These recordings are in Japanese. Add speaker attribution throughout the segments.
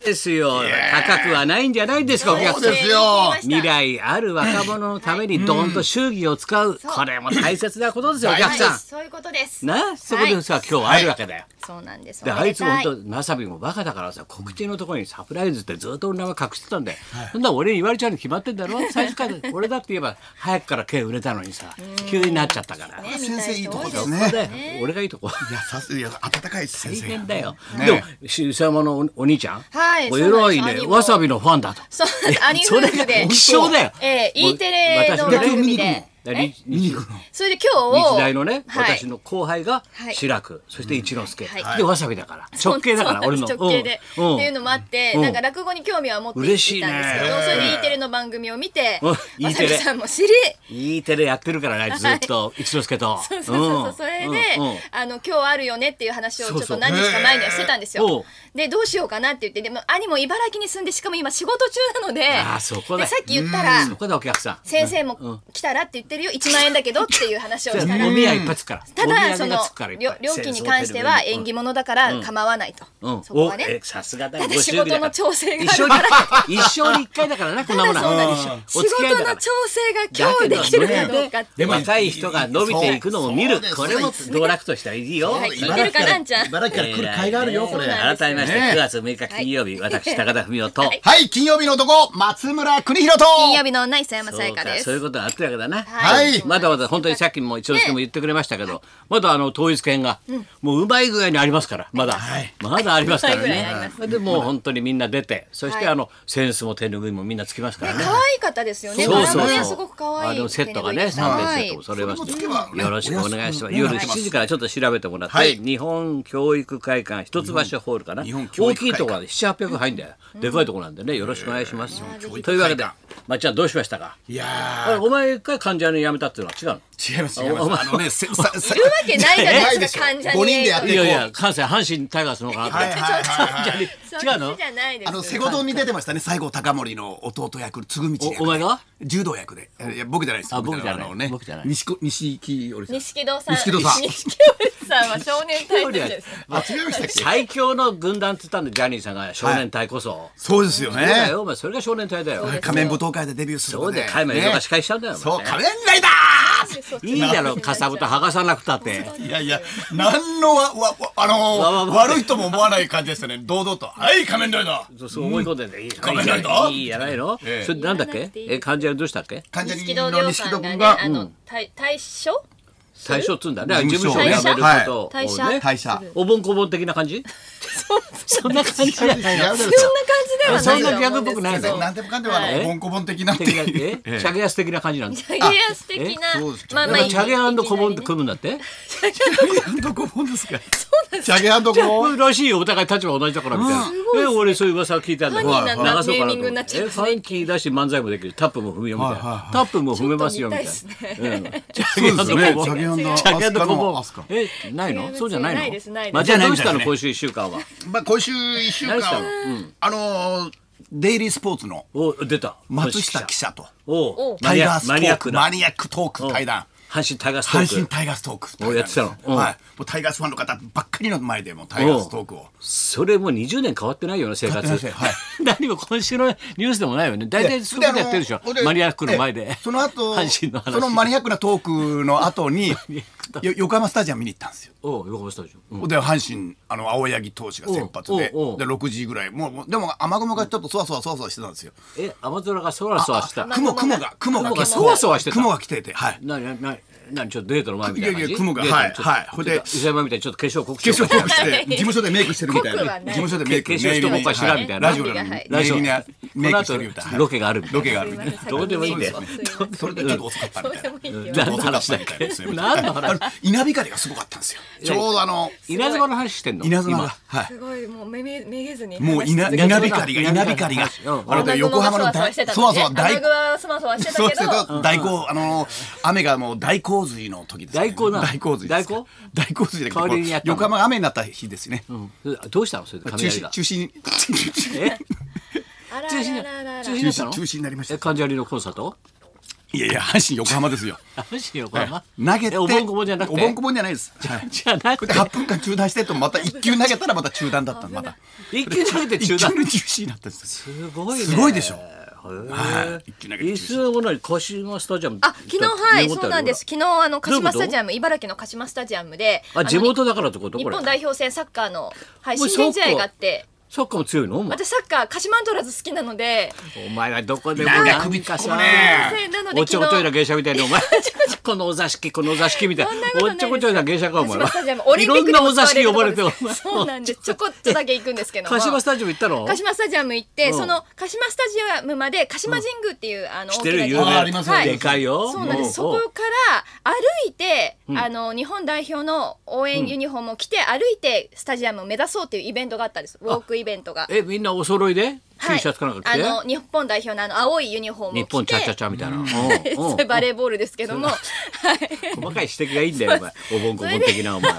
Speaker 1: ですよ。高くはないんじゃないですか、お
Speaker 2: そ
Speaker 1: 客
Speaker 2: う
Speaker 1: さん
Speaker 2: で。すよ。
Speaker 1: 未来ある若者のためにどんと祝儀を使う。
Speaker 3: そう
Speaker 1: これも大切なことですよ、お客
Speaker 3: は
Speaker 1: さ
Speaker 3: いそういうことです
Speaker 1: ん。な、そこでさ、今日あるわけだよ。
Speaker 3: そうなんです
Speaker 1: であいつ本当
Speaker 3: 当
Speaker 1: なさびもバカだからさ告知のところにサプライズってずっと俺の名前隠してたんで、そんな俺に言われちゃうに決まってんだろ最初から俺だって言えば早くから毛売れたのにさ急になっちゃったから、
Speaker 3: ね
Speaker 2: 先生いいとこです
Speaker 1: そ
Speaker 2: ね
Speaker 1: うだよ俺がいいとこ
Speaker 2: いや、さす、いや、暖かいです、先
Speaker 1: 大
Speaker 2: 生
Speaker 1: 変。だよ、
Speaker 2: ね
Speaker 1: でもしさまのおお兄ちゃん、
Speaker 3: はい
Speaker 1: お偉い
Speaker 3: そうなんで
Speaker 1: ね
Speaker 3: す
Speaker 1: わさびのファンだと
Speaker 3: そう兄夫婦で
Speaker 1: 希少だよ
Speaker 3: ええ E テレの
Speaker 1: 私ね
Speaker 3: 番組
Speaker 2: 逆に見に
Speaker 3: で
Speaker 1: だから日日
Speaker 3: それで今日
Speaker 1: 日大のね、
Speaker 3: はい
Speaker 1: 私の後輩が
Speaker 3: はい
Speaker 1: 志らく、そして一之輔、
Speaker 3: はい
Speaker 1: でわさびだから直系だから
Speaker 3: そう
Speaker 1: 俺
Speaker 3: な
Speaker 1: の
Speaker 3: んです直系で、
Speaker 1: うん
Speaker 3: っていうのもあって、
Speaker 1: うん
Speaker 3: なんか落語に興味は持っていたんで
Speaker 1: 嬉
Speaker 3: す
Speaker 1: し
Speaker 3: け
Speaker 1: い
Speaker 3: ど、
Speaker 1: ね
Speaker 3: それで E テレの番組を見て、
Speaker 1: うん
Speaker 3: わ
Speaker 1: E
Speaker 3: さ
Speaker 1: テレ
Speaker 3: びさんも知り、
Speaker 1: いいテレやってるからねずっと一之輔と。
Speaker 3: そうそうそうそう、
Speaker 1: ん
Speaker 3: それで、
Speaker 1: うんうん
Speaker 3: あの今日あるよねっていう話をちょ
Speaker 1: そう
Speaker 3: っ
Speaker 1: そう
Speaker 3: と何日か前にはしてたんですよ。
Speaker 1: おう
Speaker 3: でどうしようかなって言ってでも兄も茨城に住んでしかも今仕事中なので
Speaker 1: あーそこだ
Speaker 3: でさっき言ったら
Speaker 1: そこでお客さん。
Speaker 3: 先生も来たらって言ってるよ1万円だけどっていう話を
Speaker 1: じゃあ
Speaker 3: したら
Speaker 1: お見合い一発から。
Speaker 3: た
Speaker 1: お見合い
Speaker 3: だ
Speaker 1: が
Speaker 3: その
Speaker 1: つくからいっぱい
Speaker 3: 料料金に関しては縁起物だから構わないと、
Speaker 1: うんうん
Speaker 3: そこは
Speaker 1: おえ
Speaker 3: ね。
Speaker 1: さすがだ
Speaker 3: だ
Speaker 1: よ
Speaker 3: って仕
Speaker 1: ご祝儀
Speaker 3: 事
Speaker 1: だか
Speaker 3: の
Speaker 1: ら
Speaker 3: 調整が
Speaker 1: 一
Speaker 3: あ
Speaker 1: 生に
Speaker 3: るから
Speaker 1: 一生に一回だからねこんなもの
Speaker 3: そうなん
Speaker 1: は
Speaker 3: ですよ
Speaker 1: うん
Speaker 3: 仕
Speaker 1: お付き合い
Speaker 3: 事
Speaker 1: だか
Speaker 3: の
Speaker 1: ら
Speaker 3: 調整が今日できてるかどうかって
Speaker 1: で
Speaker 3: いう
Speaker 1: も若い人が伸びていくのを見る
Speaker 2: そうそう
Speaker 1: これも道楽としてはいいよ。
Speaker 3: はい聞いてる
Speaker 2: 茨城
Speaker 3: かなあんちゃん
Speaker 2: 茨城から来る甲斐があるよ、これ。
Speaker 3: そうなんです
Speaker 1: 改めまして
Speaker 2: ね
Speaker 1: 9月6日金曜日、私高田文夫と、
Speaker 3: はい
Speaker 2: はい、金曜日の男、松村邦弘と。
Speaker 3: 金曜日の女磯山さ
Speaker 1: そ
Speaker 3: や
Speaker 1: う
Speaker 3: か
Speaker 1: か
Speaker 3: です
Speaker 1: そういうことがあったわけだな。
Speaker 3: はい
Speaker 1: まだまだ本当にさっきも一之輔も言ってくれましたけど、まだあの統一権が、もううまい具合にありますから、まだ、
Speaker 2: はい
Speaker 1: まだありますから
Speaker 3: うまい具合にあり
Speaker 1: ね
Speaker 3: ま。
Speaker 1: でもう本当にみんな出て、そして
Speaker 3: はい
Speaker 1: あのセンスも手拭いもみんなつきますからね。
Speaker 3: 可愛かったですよね。
Speaker 1: そうそう
Speaker 3: 柄もね
Speaker 1: そう。
Speaker 3: すごく可愛い。
Speaker 1: あのセットがね、三点
Speaker 3: は
Speaker 1: セ
Speaker 3: い
Speaker 1: ットも揃えまし
Speaker 2: それもつけば
Speaker 1: て、
Speaker 2: ね
Speaker 1: よろしくお願いします。
Speaker 2: お安くね
Speaker 1: 夜
Speaker 2: なってます
Speaker 1: 7時からちょっと調べてもらっ
Speaker 2: は
Speaker 1: て、
Speaker 2: い
Speaker 1: 日本教育会館一橋ホールかな。
Speaker 2: 日本教
Speaker 1: 大
Speaker 2: 育
Speaker 1: きい
Speaker 2: 会
Speaker 1: と
Speaker 2: 館
Speaker 1: こは7、800入んだよ。でかいとこなんでね、よろしくお願いします。というわけで
Speaker 2: 教育会館、
Speaker 1: まっちゃんどうしましたか。
Speaker 2: いや
Speaker 1: あれお前一回患者に辞めたっていうのは違うの。
Speaker 2: ー、違います、違います。あのね、せ、さ、さ
Speaker 3: いるわけないじゃないですか、
Speaker 2: ない
Speaker 3: 患
Speaker 2: で
Speaker 3: 者
Speaker 2: しょ
Speaker 3: に。
Speaker 2: 五人でやって
Speaker 1: い
Speaker 2: る
Speaker 1: やいや、関西阪神タイガースの方か
Speaker 2: はい
Speaker 1: な
Speaker 2: はい
Speaker 1: と思っ
Speaker 2: はいはい
Speaker 1: て。
Speaker 3: そう
Speaker 1: 違うの
Speaker 3: じ。ゃないです。
Speaker 2: あの瀬古堂に出てましたね西郷隆盛の弟役嗣道役
Speaker 1: おお前が
Speaker 2: 柔道役でいや僕じゃないです
Speaker 1: あ僕じゃない
Speaker 2: あのね
Speaker 1: 僕じゃない
Speaker 2: 西子西木織さん
Speaker 3: 錦戸さん。
Speaker 2: 錦戸さん
Speaker 3: 錦戸さんは少年隊員です。
Speaker 2: あ違いましたっけ
Speaker 1: 最強の軍団って言ったんで、ジャニーさんが少年隊こそ。
Speaker 2: そうですよ
Speaker 1: そうだ
Speaker 2: ね
Speaker 1: よ、お前、それが少年隊だよ。
Speaker 2: 仮面舞踏会でデビューする
Speaker 1: そう
Speaker 2: の
Speaker 1: で
Speaker 2: で、
Speaker 1: 加山
Speaker 2: ね
Speaker 1: 優が司会したんだよ。お
Speaker 2: そう
Speaker 1: 前ね
Speaker 2: 仮面ライダ
Speaker 1: いいだろ、かさぶた剥がさなくたって。
Speaker 2: ーいやいや何のわわわ
Speaker 1: わわ
Speaker 2: あのー
Speaker 1: わ
Speaker 2: 悪いとも思わない感じでしたね堂々とはい仮面ライダー
Speaker 1: そうそう思い込んでね、いいじゃ
Speaker 2: 仮面ライダ
Speaker 1: な
Speaker 2: ー
Speaker 1: いいいじゃないの。そ
Speaker 2: ええ
Speaker 1: れなんだっけ、え、患者はどうしたっけ。
Speaker 2: 患者
Speaker 3: 錦
Speaker 2: に
Speaker 3: 戸
Speaker 2: の
Speaker 3: 亮
Speaker 2: 西
Speaker 3: さ
Speaker 2: 戸
Speaker 3: んが
Speaker 2: 君
Speaker 3: ね、
Speaker 2: が
Speaker 3: あの、対、対象
Speaker 1: 最初っつうんだね、事
Speaker 2: 事
Speaker 1: 務
Speaker 2: 務
Speaker 1: 所
Speaker 2: 所
Speaker 1: を
Speaker 2: を
Speaker 1: 辞
Speaker 2: ね
Speaker 1: めること
Speaker 3: 退社
Speaker 1: を
Speaker 3: 退
Speaker 1: ね
Speaker 3: 社。
Speaker 2: 会社
Speaker 1: おぼんこぼん的な感じ。そんな感じじゃない
Speaker 2: 違
Speaker 1: の。
Speaker 2: うでしょ
Speaker 3: そんな感じではないと思うんですけど。
Speaker 1: そんなギャグっぽくないの
Speaker 2: なんでもかんでもあ
Speaker 3: は
Speaker 2: の
Speaker 3: い
Speaker 2: 文庫本的なって
Speaker 1: 的 な
Speaker 2: いう
Speaker 1: え、チャゲヤス的な感じなんです。
Speaker 3: チャゲアス的な
Speaker 2: えそうです、
Speaker 3: まあ
Speaker 1: だ
Speaker 3: ま
Speaker 1: から
Speaker 3: あいい、
Speaker 1: チャゲアンドコボン
Speaker 3: いき
Speaker 1: と組
Speaker 3: なりね
Speaker 1: むんだって。
Speaker 2: どこ本ですかチャゲアンドコボン
Speaker 1: らしいよお互い立場同じだからみたいな。え、俺そういう噂を聞いたんだけど。
Speaker 3: ファンキーな
Speaker 1: 流そうか
Speaker 3: ネ
Speaker 1: な
Speaker 3: ーミングになっ
Speaker 1: と
Speaker 3: ちゃ
Speaker 1: 思
Speaker 3: い
Speaker 1: って。え、
Speaker 3: ます
Speaker 1: フ
Speaker 3: ね
Speaker 1: ァンキーだし漫才もできる。タップも踏むよみたい
Speaker 2: はいはい
Speaker 1: な
Speaker 2: は。い
Speaker 1: タップも踏めますよみたいな。
Speaker 3: ちょっと見たい
Speaker 1: うんチ
Speaker 2: そうです
Speaker 1: ャゲ
Speaker 2: ね
Speaker 1: アンドコボン。
Speaker 2: チ
Speaker 1: ジャケット
Speaker 2: ャゲアン
Speaker 1: こ
Speaker 2: ド
Speaker 1: こ
Speaker 2: コボンアスカ
Speaker 1: え、ないの？そうじゃないの？
Speaker 3: ないですないです
Speaker 1: まあじゃあどうした
Speaker 2: じゃ
Speaker 1: の
Speaker 2: ない
Speaker 1: 今週一週間は。
Speaker 2: まあ、今週1週間
Speaker 1: 何したのう
Speaker 2: あのーデイリースポーツの
Speaker 1: お出た。
Speaker 2: 松下記者と
Speaker 1: お
Speaker 3: お
Speaker 1: う。
Speaker 2: タイガースト
Speaker 1: マニア
Speaker 2: ー
Speaker 1: ック
Speaker 2: ク
Speaker 1: な
Speaker 2: マ。ニアックトーク対談
Speaker 1: 阪神タイガースト
Speaker 2: 阪
Speaker 1: ー
Speaker 2: 神
Speaker 1: ク。
Speaker 2: タイガーストーク対談
Speaker 1: おやってたのうん
Speaker 2: はい、もうタイガースファンの方ばっかりの前でもうタイガーストークを
Speaker 1: それもう20年変わってないよね生活
Speaker 2: 変わってませんはい
Speaker 1: 何も今週のニュースでもないよね大体そういうことやってるでしょ
Speaker 2: あの
Speaker 1: マニアックの前で
Speaker 2: えその 後
Speaker 1: 阪神の話
Speaker 2: そのマニアックなトークの 後によ横浜スタジアム見に行ったんですよ
Speaker 1: おう横浜スタジオうん
Speaker 2: で阪神あの青柳投手が先発でで
Speaker 1: おうおうおう
Speaker 2: 6時ぐらいもうもうでも雨雲がちょっとそわそわそわそわしてたんですよ
Speaker 1: え雨空がそわそわした
Speaker 3: あ
Speaker 2: 雲雲が雲が
Speaker 1: 雲がそわそわしてた
Speaker 2: 雲が来ててはい
Speaker 1: なになになになにちょっとデートの前みたいな感じ
Speaker 2: いやいや雲が
Speaker 1: デートの
Speaker 2: はい
Speaker 1: ちょっと
Speaker 2: はいほい
Speaker 1: ちょ
Speaker 2: で
Speaker 1: っと伊勢山みたいにちょっと化粧濃く
Speaker 2: 化粧
Speaker 1: て
Speaker 2: 濃くして事務所でメイクしてるみたい
Speaker 3: 濃くは
Speaker 2: な
Speaker 3: ない
Speaker 2: 事務所でメイク
Speaker 1: 化粧してもおかしらみたいな
Speaker 2: ラジオなのに
Speaker 3: はい
Speaker 2: メイクに
Speaker 1: ラジオ
Speaker 2: メイクしてるみたい
Speaker 1: この後
Speaker 2: な
Speaker 1: ロケがあるみたいな
Speaker 2: ロケがあるみたいな
Speaker 1: どうでもいいんだよ
Speaker 3: すいません
Speaker 2: それでちょっと遅かったみたいな
Speaker 3: どうでもいいよ
Speaker 2: ちょっと遅かったみたいなすいません
Speaker 1: 何の話
Speaker 2: あの稲光がすごかったんですよちょうどあの
Speaker 1: 稲妻の話してんの
Speaker 2: 稲妻
Speaker 1: 今
Speaker 2: がはい
Speaker 3: すごい、もうめめめげずに。
Speaker 2: もう稲稲光が稲光が
Speaker 1: うん
Speaker 2: あれで横浜の大
Speaker 3: そ
Speaker 2: そわそわ大
Speaker 3: 雨具はそわそわして
Speaker 2: そう
Speaker 3: たけ
Speaker 2: して
Speaker 3: ど。
Speaker 2: た大洪あの雨がもう大洪水の時ですね
Speaker 1: 大洪なの
Speaker 2: 大洪水です
Speaker 1: 大洪
Speaker 2: 大洪水で
Speaker 1: 代わりにやったの
Speaker 2: 横浜が雨になった日ですね
Speaker 1: うんどうしたのそれで
Speaker 2: 中
Speaker 1: 雷
Speaker 2: 止
Speaker 1: が
Speaker 2: 中止に
Speaker 1: え
Speaker 3: あら
Speaker 1: 中止
Speaker 3: ら
Speaker 1: に
Speaker 3: ららら
Speaker 1: 中
Speaker 3: ら
Speaker 1: 止に
Speaker 2: 中
Speaker 1: なった
Speaker 2: 止
Speaker 1: の
Speaker 2: 中止になりました
Speaker 1: え関ジャニのコンサート
Speaker 2: いやいや阪神横浜ですよ
Speaker 1: 阪神横浜
Speaker 2: 投げて
Speaker 1: えおぼんこぼんじゃなくて
Speaker 2: おぼんこぼんじゃないです、 はい
Speaker 1: じゃなくて
Speaker 2: 8分間中断してとまた1球投げたらまた中断だったまた
Speaker 1: 一球投げて中
Speaker 2: 1
Speaker 1: 断
Speaker 2: 球の中止になったんです
Speaker 1: すごいね
Speaker 2: すごいでしょ
Speaker 1: へ
Speaker 2: はい一球投げ
Speaker 1: え
Speaker 2: て中止
Speaker 1: 椅子を何鹿島スタジアム
Speaker 3: あ昨日はいそうなんです昨日あの鹿
Speaker 1: どういうこ
Speaker 3: 島
Speaker 1: と
Speaker 3: スタジアム茨城の鹿島スタジアムであ
Speaker 1: あ
Speaker 3: の
Speaker 1: 地元だからってこと
Speaker 3: 日
Speaker 1: これ
Speaker 3: 本代表戦サッカーの、はい、
Speaker 1: もう
Speaker 3: 親善試合があって
Speaker 1: サッカーも強いのお前
Speaker 3: 私サッカー鹿島アントラーズ好きなので
Speaker 1: お前はどこでも
Speaker 2: なんか
Speaker 1: なん
Speaker 2: 首
Speaker 1: か
Speaker 2: 突っ
Speaker 1: さ
Speaker 2: 込むね
Speaker 3: そうなので
Speaker 1: おっちょこちょい
Speaker 3: 昨
Speaker 1: な
Speaker 3: 日
Speaker 1: 芸者みたいなお前このお座敷このお座敷みたいな
Speaker 3: そんなこと
Speaker 1: お
Speaker 3: な
Speaker 1: っ
Speaker 3: い
Speaker 1: ちょこちょいな芸者かお
Speaker 3: 鹿
Speaker 1: 前
Speaker 3: 島スタジアムオリ
Speaker 1: い
Speaker 3: ンピ
Speaker 1: ろ
Speaker 3: ッ
Speaker 1: ん
Speaker 3: ク
Speaker 1: な
Speaker 3: の
Speaker 1: お座敷呼ばれてお前
Speaker 3: そうなんですちょこっとだけ行くんですけども
Speaker 1: 鹿島スタジアム行ったの
Speaker 3: 鹿島スタジアム行って、
Speaker 1: うん
Speaker 3: その鹿島スタジアムまで鹿島神宮っていう、あの
Speaker 1: 知ってる
Speaker 3: 大き
Speaker 1: 有
Speaker 3: な
Speaker 1: 名
Speaker 2: あありますよ
Speaker 3: はい
Speaker 1: でかいよ
Speaker 3: そうなんですそ
Speaker 1: も
Speaker 3: こ
Speaker 1: う
Speaker 3: から歩いて、
Speaker 1: うん
Speaker 3: あの日本代表の応援ユニフォームを着て歩いてスタジアムを目指そうっていうイベントがあったんですウォークイベントが。
Speaker 1: えみんなお揃いで
Speaker 3: は
Speaker 1: T
Speaker 3: い
Speaker 1: シャツかなんか
Speaker 3: あ
Speaker 1: 着て
Speaker 3: の日本代表のあの青いユニフォームを着て
Speaker 1: 日本チャチャチャみたいなうんうん
Speaker 3: それバレーボールですけども、はい、
Speaker 1: 細かい指摘がいいんだよお前おぼんこぼん的なお 前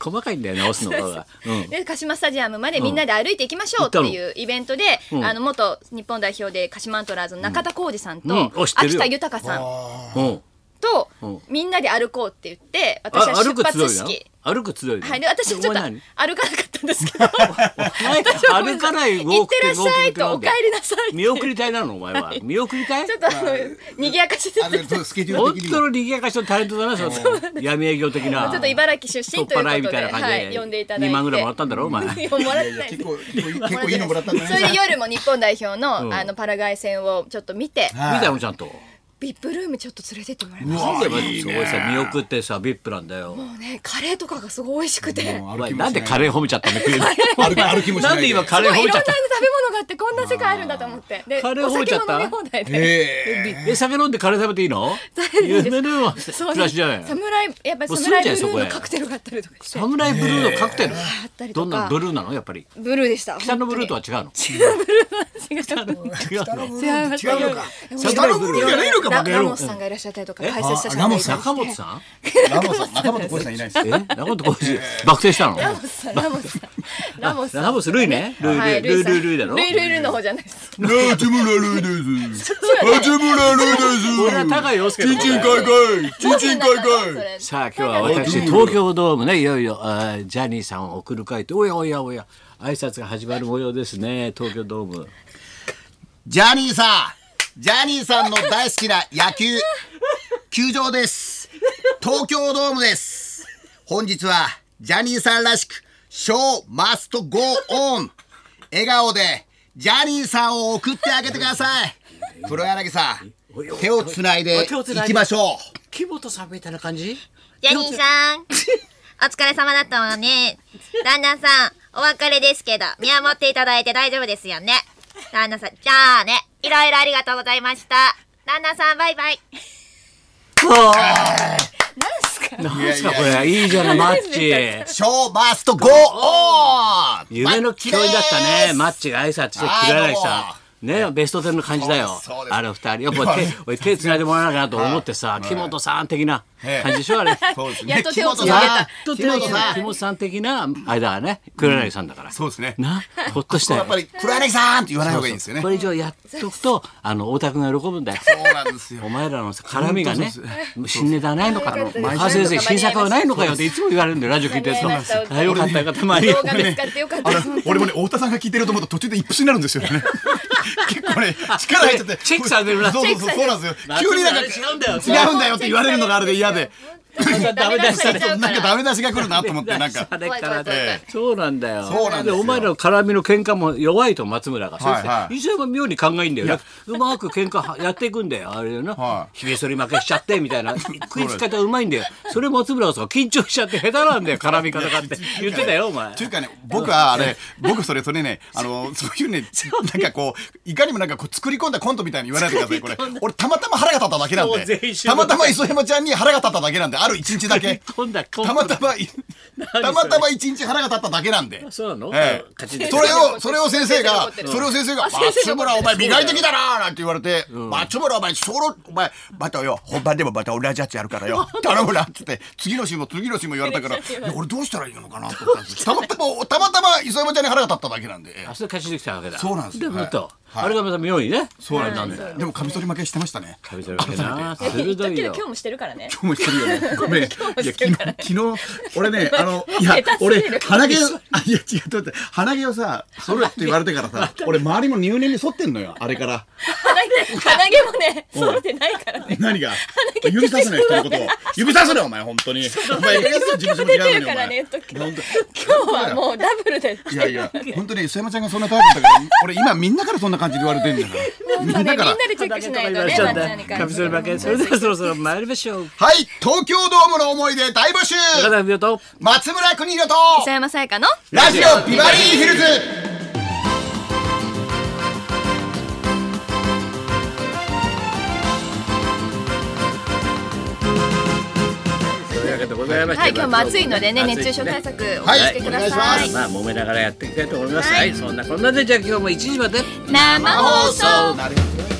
Speaker 1: 細かいんだよ直すの方がうん
Speaker 3: で鹿島スタジアムまでみんなで歩いていきましょうっていうイベントで、
Speaker 1: うん
Speaker 3: あの元日本代表で鹿島アントラーズの中田浩二さんと、
Speaker 1: うんうんあ知ってる
Speaker 3: 秋
Speaker 1: よ
Speaker 3: 田豊さん
Speaker 1: うん
Speaker 3: と、
Speaker 1: うん
Speaker 3: みんなで歩こうって言って私
Speaker 1: あ
Speaker 3: は
Speaker 1: 歩
Speaker 3: 出
Speaker 1: く強い
Speaker 3: 発
Speaker 1: な
Speaker 3: 式
Speaker 1: 歩く強いな
Speaker 3: はい、で私はちょっと
Speaker 1: お前
Speaker 3: 歩
Speaker 1: 何
Speaker 3: かなかったんで すけど私はごめん
Speaker 1: 歩かないウォ
Speaker 3: 行
Speaker 1: ー
Speaker 3: っ
Speaker 1: ク
Speaker 3: てらっしゃいと
Speaker 1: ウォー
Speaker 3: お
Speaker 1: ク
Speaker 3: 帰りなさいって
Speaker 1: 見送り隊なのお前は見送り隊
Speaker 3: ちょっとあの賑やかしつつ
Speaker 2: あのそうスケジュー
Speaker 1: 本
Speaker 2: ル的に
Speaker 1: 当
Speaker 2: も
Speaker 1: の賑やかしのタレントだなその闇営業的な
Speaker 3: ちょっと茨城出身という
Speaker 1: 取っ払いみ
Speaker 3: こと
Speaker 1: たいな
Speaker 3: で、
Speaker 1: 感じ
Speaker 3: はい、呼んでいただいて
Speaker 1: 2万ぐらいもらったんだろお前
Speaker 3: い やもらっ
Speaker 2: いやいや
Speaker 3: て
Speaker 2: 結構結構結構いいのもらったんだ
Speaker 3: それで
Speaker 2: ね
Speaker 3: 夜も日本代表の,、
Speaker 1: うん
Speaker 3: あのパラガイ戦をちょっと見て、
Speaker 2: はい
Speaker 1: 見たよちゃん と
Speaker 3: VIP ルームちょっと連れてってもらいま
Speaker 2: う
Speaker 3: し
Speaker 2: わ
Speaker 1: なんでお前
Speaker 2: いい
Speaker 1: す
Speaker 2: ね
Speaker 1: ごいさ見送ってさビップなんだよ
Speaker 3: たもうねカレーとかがすごい美味しくて、
Speaker 2: も
Speaker 1: お
Speaker 2: う歩
Speaker 1: 前
Speaker 2: きもし
Speaker 1: ないんでカレー褒めちゃったの
Speaker 2: 歩き歩きもしない
Speaker 1: なんで今カ
Speaker 3: す
Speaker 1: レー
Speaker 3: ごい
Speaker 1: 褒
Speaker 3: い
Speaker 1: めちゃっ
Speaker 3: ろんな食
Speaker 1: た
Speaker 3: べ物があってこんな世界あるんだと思ってで
Speaker 1: カレー
Speaker 3: お
Speaker 1: 褒めち
Speaker 3: 酒
Speaker 1: ゃっ
Speaker 3: も
Speaker 1: た
Speaker 3: 飲み放題で。
Speaker 2: ええ
Speaker 1: え酒飲んでカレー食べていいの夢のような
Speaker 3: そう
Speaker 1: 暮
Speaker 3: で
Speaker 1: ら
Speaker 3: す
Speaker 1: しじゃない
Speaker 3: 侍やっぱり
Speaker 1: もうすぐ
Speaker 3: 侍
Speaker 1: じ
Speaker 3: ブ
Speaker 1: ゃ
Speaker 3: ル
Speaker 1: ないそこへ
Speaker 3: ーのカクテルがあったりとかして
Speaker 1: サムライブルーのカクテル
Speaker 3: あったりと
Speaker 1: ど
Speaker 3: か
Speaker 1: んなブルーなのやっぱり
Speaker 3: ブルーでした
Speaker 1: 北のブルーとは違うの違うの
Speaker 2: 違う
Speaker 3: 違う違います
Speaker 2: のか
Speaker 1: 北のブルーじゃない
Speaker 2: のか
Speaker 3: ラ
Speaker 2: バカ野郎
Speaker 3: ラモスさんがいらっしゃったりとか
Speaker 1: え
Speaker 3: 解説者さん
Speaker 2: あラ
Speaker 3: がい
Speaker 2: モ
Speaker 3: らっ
Speaker 2: ス
Speaker 3: しゃったり
Speaker 1: 坂本さん
Speaker 2: ラモさん中本浩二さんいないです
Speaker 1: え中本浩二爆睡したの
Speaker 3: ラモスさんラモスさんラモスさん
Speaker 1: ラモスルイねルイルイ
Speaker 3: はい
Speaker 1: ルイ
Speaker 3: さん
Speaker 1: ルイルイだろ
Speaker 3: ルイルイルイの方じゃないです
Speaker 2: ラジムラルーですラジムラル
Speaker 1: 俺は
Speaker 2: ーです
Speaker 1: 高井陽介
Speaker 2: チンチンカイカイチンチンカイカイ
Speaker 1: さあ今日は私東京ドームねいよいよあージャニーさんを送る会とおやおやおや挨拶が始まる模様ですね東京ドーム
Speaker 4: ジャニーさん、ジャニーさんの大好きな野球、球場です。東京ドームです。本日は、ジャニーさんらしく、ショーマストゴーオン。笑顔で、ジャニーさんを送ってあげてください。黒柳さん、手をつないでいきましょう。
Speaker 1: 木本さんみたいな感じ
Speaker 5: ジャニーさん、お疲れ様だったわね。旦那さん、お別れですけど、見守っていただいて大丈夫ですよね。旦那さん、じゃあね、いろいろありがとうございました。旦那さん、バイバイ。
Speaker 1: なんすかこれいいじゃないマッチ
Speaker 4: ショーマストゴーオン
Speaker 1: 夢の共演だったね。マッチが挨拶してくれない
Speaker 4: あ
Speaker 1: さ
Speaker 4: ーどうも。
Speaker 1: ね、ベスト10の感じだよ
Speaker 4: そうですそう。です
Speaker 1: あの二人。よく手、俺手繋いでもらわなきゃなと思ってさ、木本さん的な感じでしょ、あれ。
Speaker 2: そうです
Speaker 3: やっ
Speaker 2: ね
Speaker 3: と手をつなげ
Speaker 1: や
Speaker 3: た
Speaker 1: っと手
Speaker 4: 木
Speaker 1: を
Speaker 4: 本
Speaker 1: つ
Speaker 4: さん
Speaker 1: 木本さん的な間はね、黒柳さんだから。
Speaker 2: そうですね
Speaker 1: な、ほっとした
Speaker 2: や
Speaker 1: よ
Speaker 2: っ。ぱり黒柳さんって言わない方がいいんですよね
Speaker 1: これ以上やっとくと、あの、太田君が喜ぶんだよ。
Speaker 2: そうなんですよ
Speaker 1: お前らの絡みがね
Speaker 2: 本当そう、
Speaker 1: 新ネタないのかと、
Speaker 3: そう
Speaker 1: 川先生、新作はないのかよっていつも言われるんだよ、ラジオ聞いてると。
Speaker 3: そうなんですよ
Speaker 1: あよかったよかった、まあいい
Speaker 3: 動
Speaker 1: よ
Speaker 3: 画見つかってよかった
Speaker 2: あ
Speaker 3: で
Speaker 2: れ
Speaker 3: す本当に
Speaker 2: 俺もね太田さんが聞いてると思うと途中で一プになるんですよね 結構ね力入っちゃって
Speaker 1: チェックされてるな
Speaker 2: そうそうそうそうなんですよ急になんか
Speaker 1: あれ違うんだよ。
Speaker 2: 違うんだよって言われるのがあれで嫌で
Speaker 1: ダメ出しされちゃ
Speaker 2: なんかダメ出しが来るなと思ってなんか
Speaker 1: あれから
Speaker 3: 怖い怖い怖い
Speaker 1: ねそうなんだよ。
Speaker 2: そうなんですよ
Speaker 1: お前らの絡みの喧嘩も弱いと松村が。そ
Speaker 2: はい
Speaker 1: し
Speaker 2: は
Speaker 1: て
Speaker 2: い
Speaker 1: 伊勢も妙に考えんだよね。うまく喧嘩やっていくんだよ。あれよな
Speaker 2: は。
Speaker 1: ひげ剃り負けしちゃってみたいな 食いつき方うまいんだよ。それ松村がさ緊張しちゃって下手なん だよ絡み方がって言ってたよお前
Speaker 2: と。いうかね、僕はあれ、僕それそれね、あの、そういうね、なんかこう、いかにもなんかこう作り込んだコントみたいに言わないでください、これ。俺たまたま腹が立っただけなん
Speaker 1: そう全員
Speaker 2: で。
Speaker 1: 集合
Speaker 2: たまたま磯山ちゃんに腹が立っただけなんで、ある一日だけ。
Speaker 1: 今度は今
Speaker 2: た
Speaker 1: 度
Speaker 2: ま
Speaker 1: は
Speaker 2: たまい、たまたま一日腹が立っただけなんで。
Speaker 1: そうなの
Speaker 2: ええ
Speaker 1: 勝ちで
Speaker 2: それを、それを先生が、
Speaker 3: 先生が怒ってる
Speaker 2: それを先生が、
Speaker 3: あ先
Speaker 2: 松
Speaker 3: 生が怒ってる
Speaker 2: 村お前磨いてきたなーなんて言われて、松村お前、そろ、お前、またよ、本番でもまた同じやつやるからよ、頼むなっつって、次の週も次の週も言われたから、いや俺どうしたらいいのかなと思ったんですたまたま、たまたま磯山ちゃんに腹が立っただけなんで。
Speaker 1: あそれ勝ちできたわけだ。
Speaker 2: そうなんですよ
Speaker 1: でもっとあれがまた妙にねそう
Speaker 2: なんだ
Speaker 1: だよ
Speaker 2: でもカミソリ負けしてましたね。
Speaker 1: 食べてるわけな
Speaker 3: え言っと
Speaker 1: 鋭
Speaker 3: く
Speaker 1: い
Speaker 3: けど
Speaker 1: よ
Speaker 3: 今日もしてるからね
Speaker 2: 今日もしてるよね。ごめん。いや
Speaker 3: も
Speaker 2: 昨
Speaker 3: してる
Speaker 2: 日
Speaker 3: からね
Speaker 2: 昨日俺ねあのいや
Speaker 3: 下手す
Speaker 2: 俺
Speaker 3: ぎる
Speaker 2: 鼻毛あいや違うとって鼻毛をさ剃るって言われてからさ俺周りも入念に剃ってんのよあれから
Speaker 3: 鼻毛鼻毛もね剃れてないからね
Speaker 2: 何が指さすね人のことを指さすねお前本当にお前 SNS 事務所も
Speaker 3: 出
Speaker 2: 嫌なの
Speaker 3: てる
Speaker 2: に
Speaker 3: からね言っと
Speaker 2: お
Speaker 3: くけど
Speaker 2: 前
Speaker 3: 今日はもうダブルで
Speaker 2: いやいや、本当に磯山ちゃんがそんなタイプだから、俺今みんなからそんな感じで言われてんだから。みん
Speaker 3: みんな
Speaker 2: なから。
Speaker 3: でチェックしないとね
Speaker 1: ちょ
Speaker 3: ま
Speaker 1: っ
Speaker 3: っ
Speaker 1: と
Speaker 3: ちゃんに関
Speaker 1: カミ
Speaker 3: し
Speaker 1: ソリ負けそれではそろそろ参りましょう
Speaker 2: はい、東京ドームの思い出大募集
Speaker 1: 高田文夫と
Speaker 2: 松村邦洋と
Speaker 3: 磯山さやかの
Speaker 2: ラジオビバリーヒルズ
Speaker 1: というわけでございまして
Speaker 3: はい今日も暑いのでね熱中症
Speaker 1: ね
Speaker 3: 対策お気をつけください
Speaker 1: まあ揉めながらやっていきたいと思いますはい、そんなこんなでじゃあ今日も1時まで
Speaker 3: 生放送
Speaker 2: なるほどね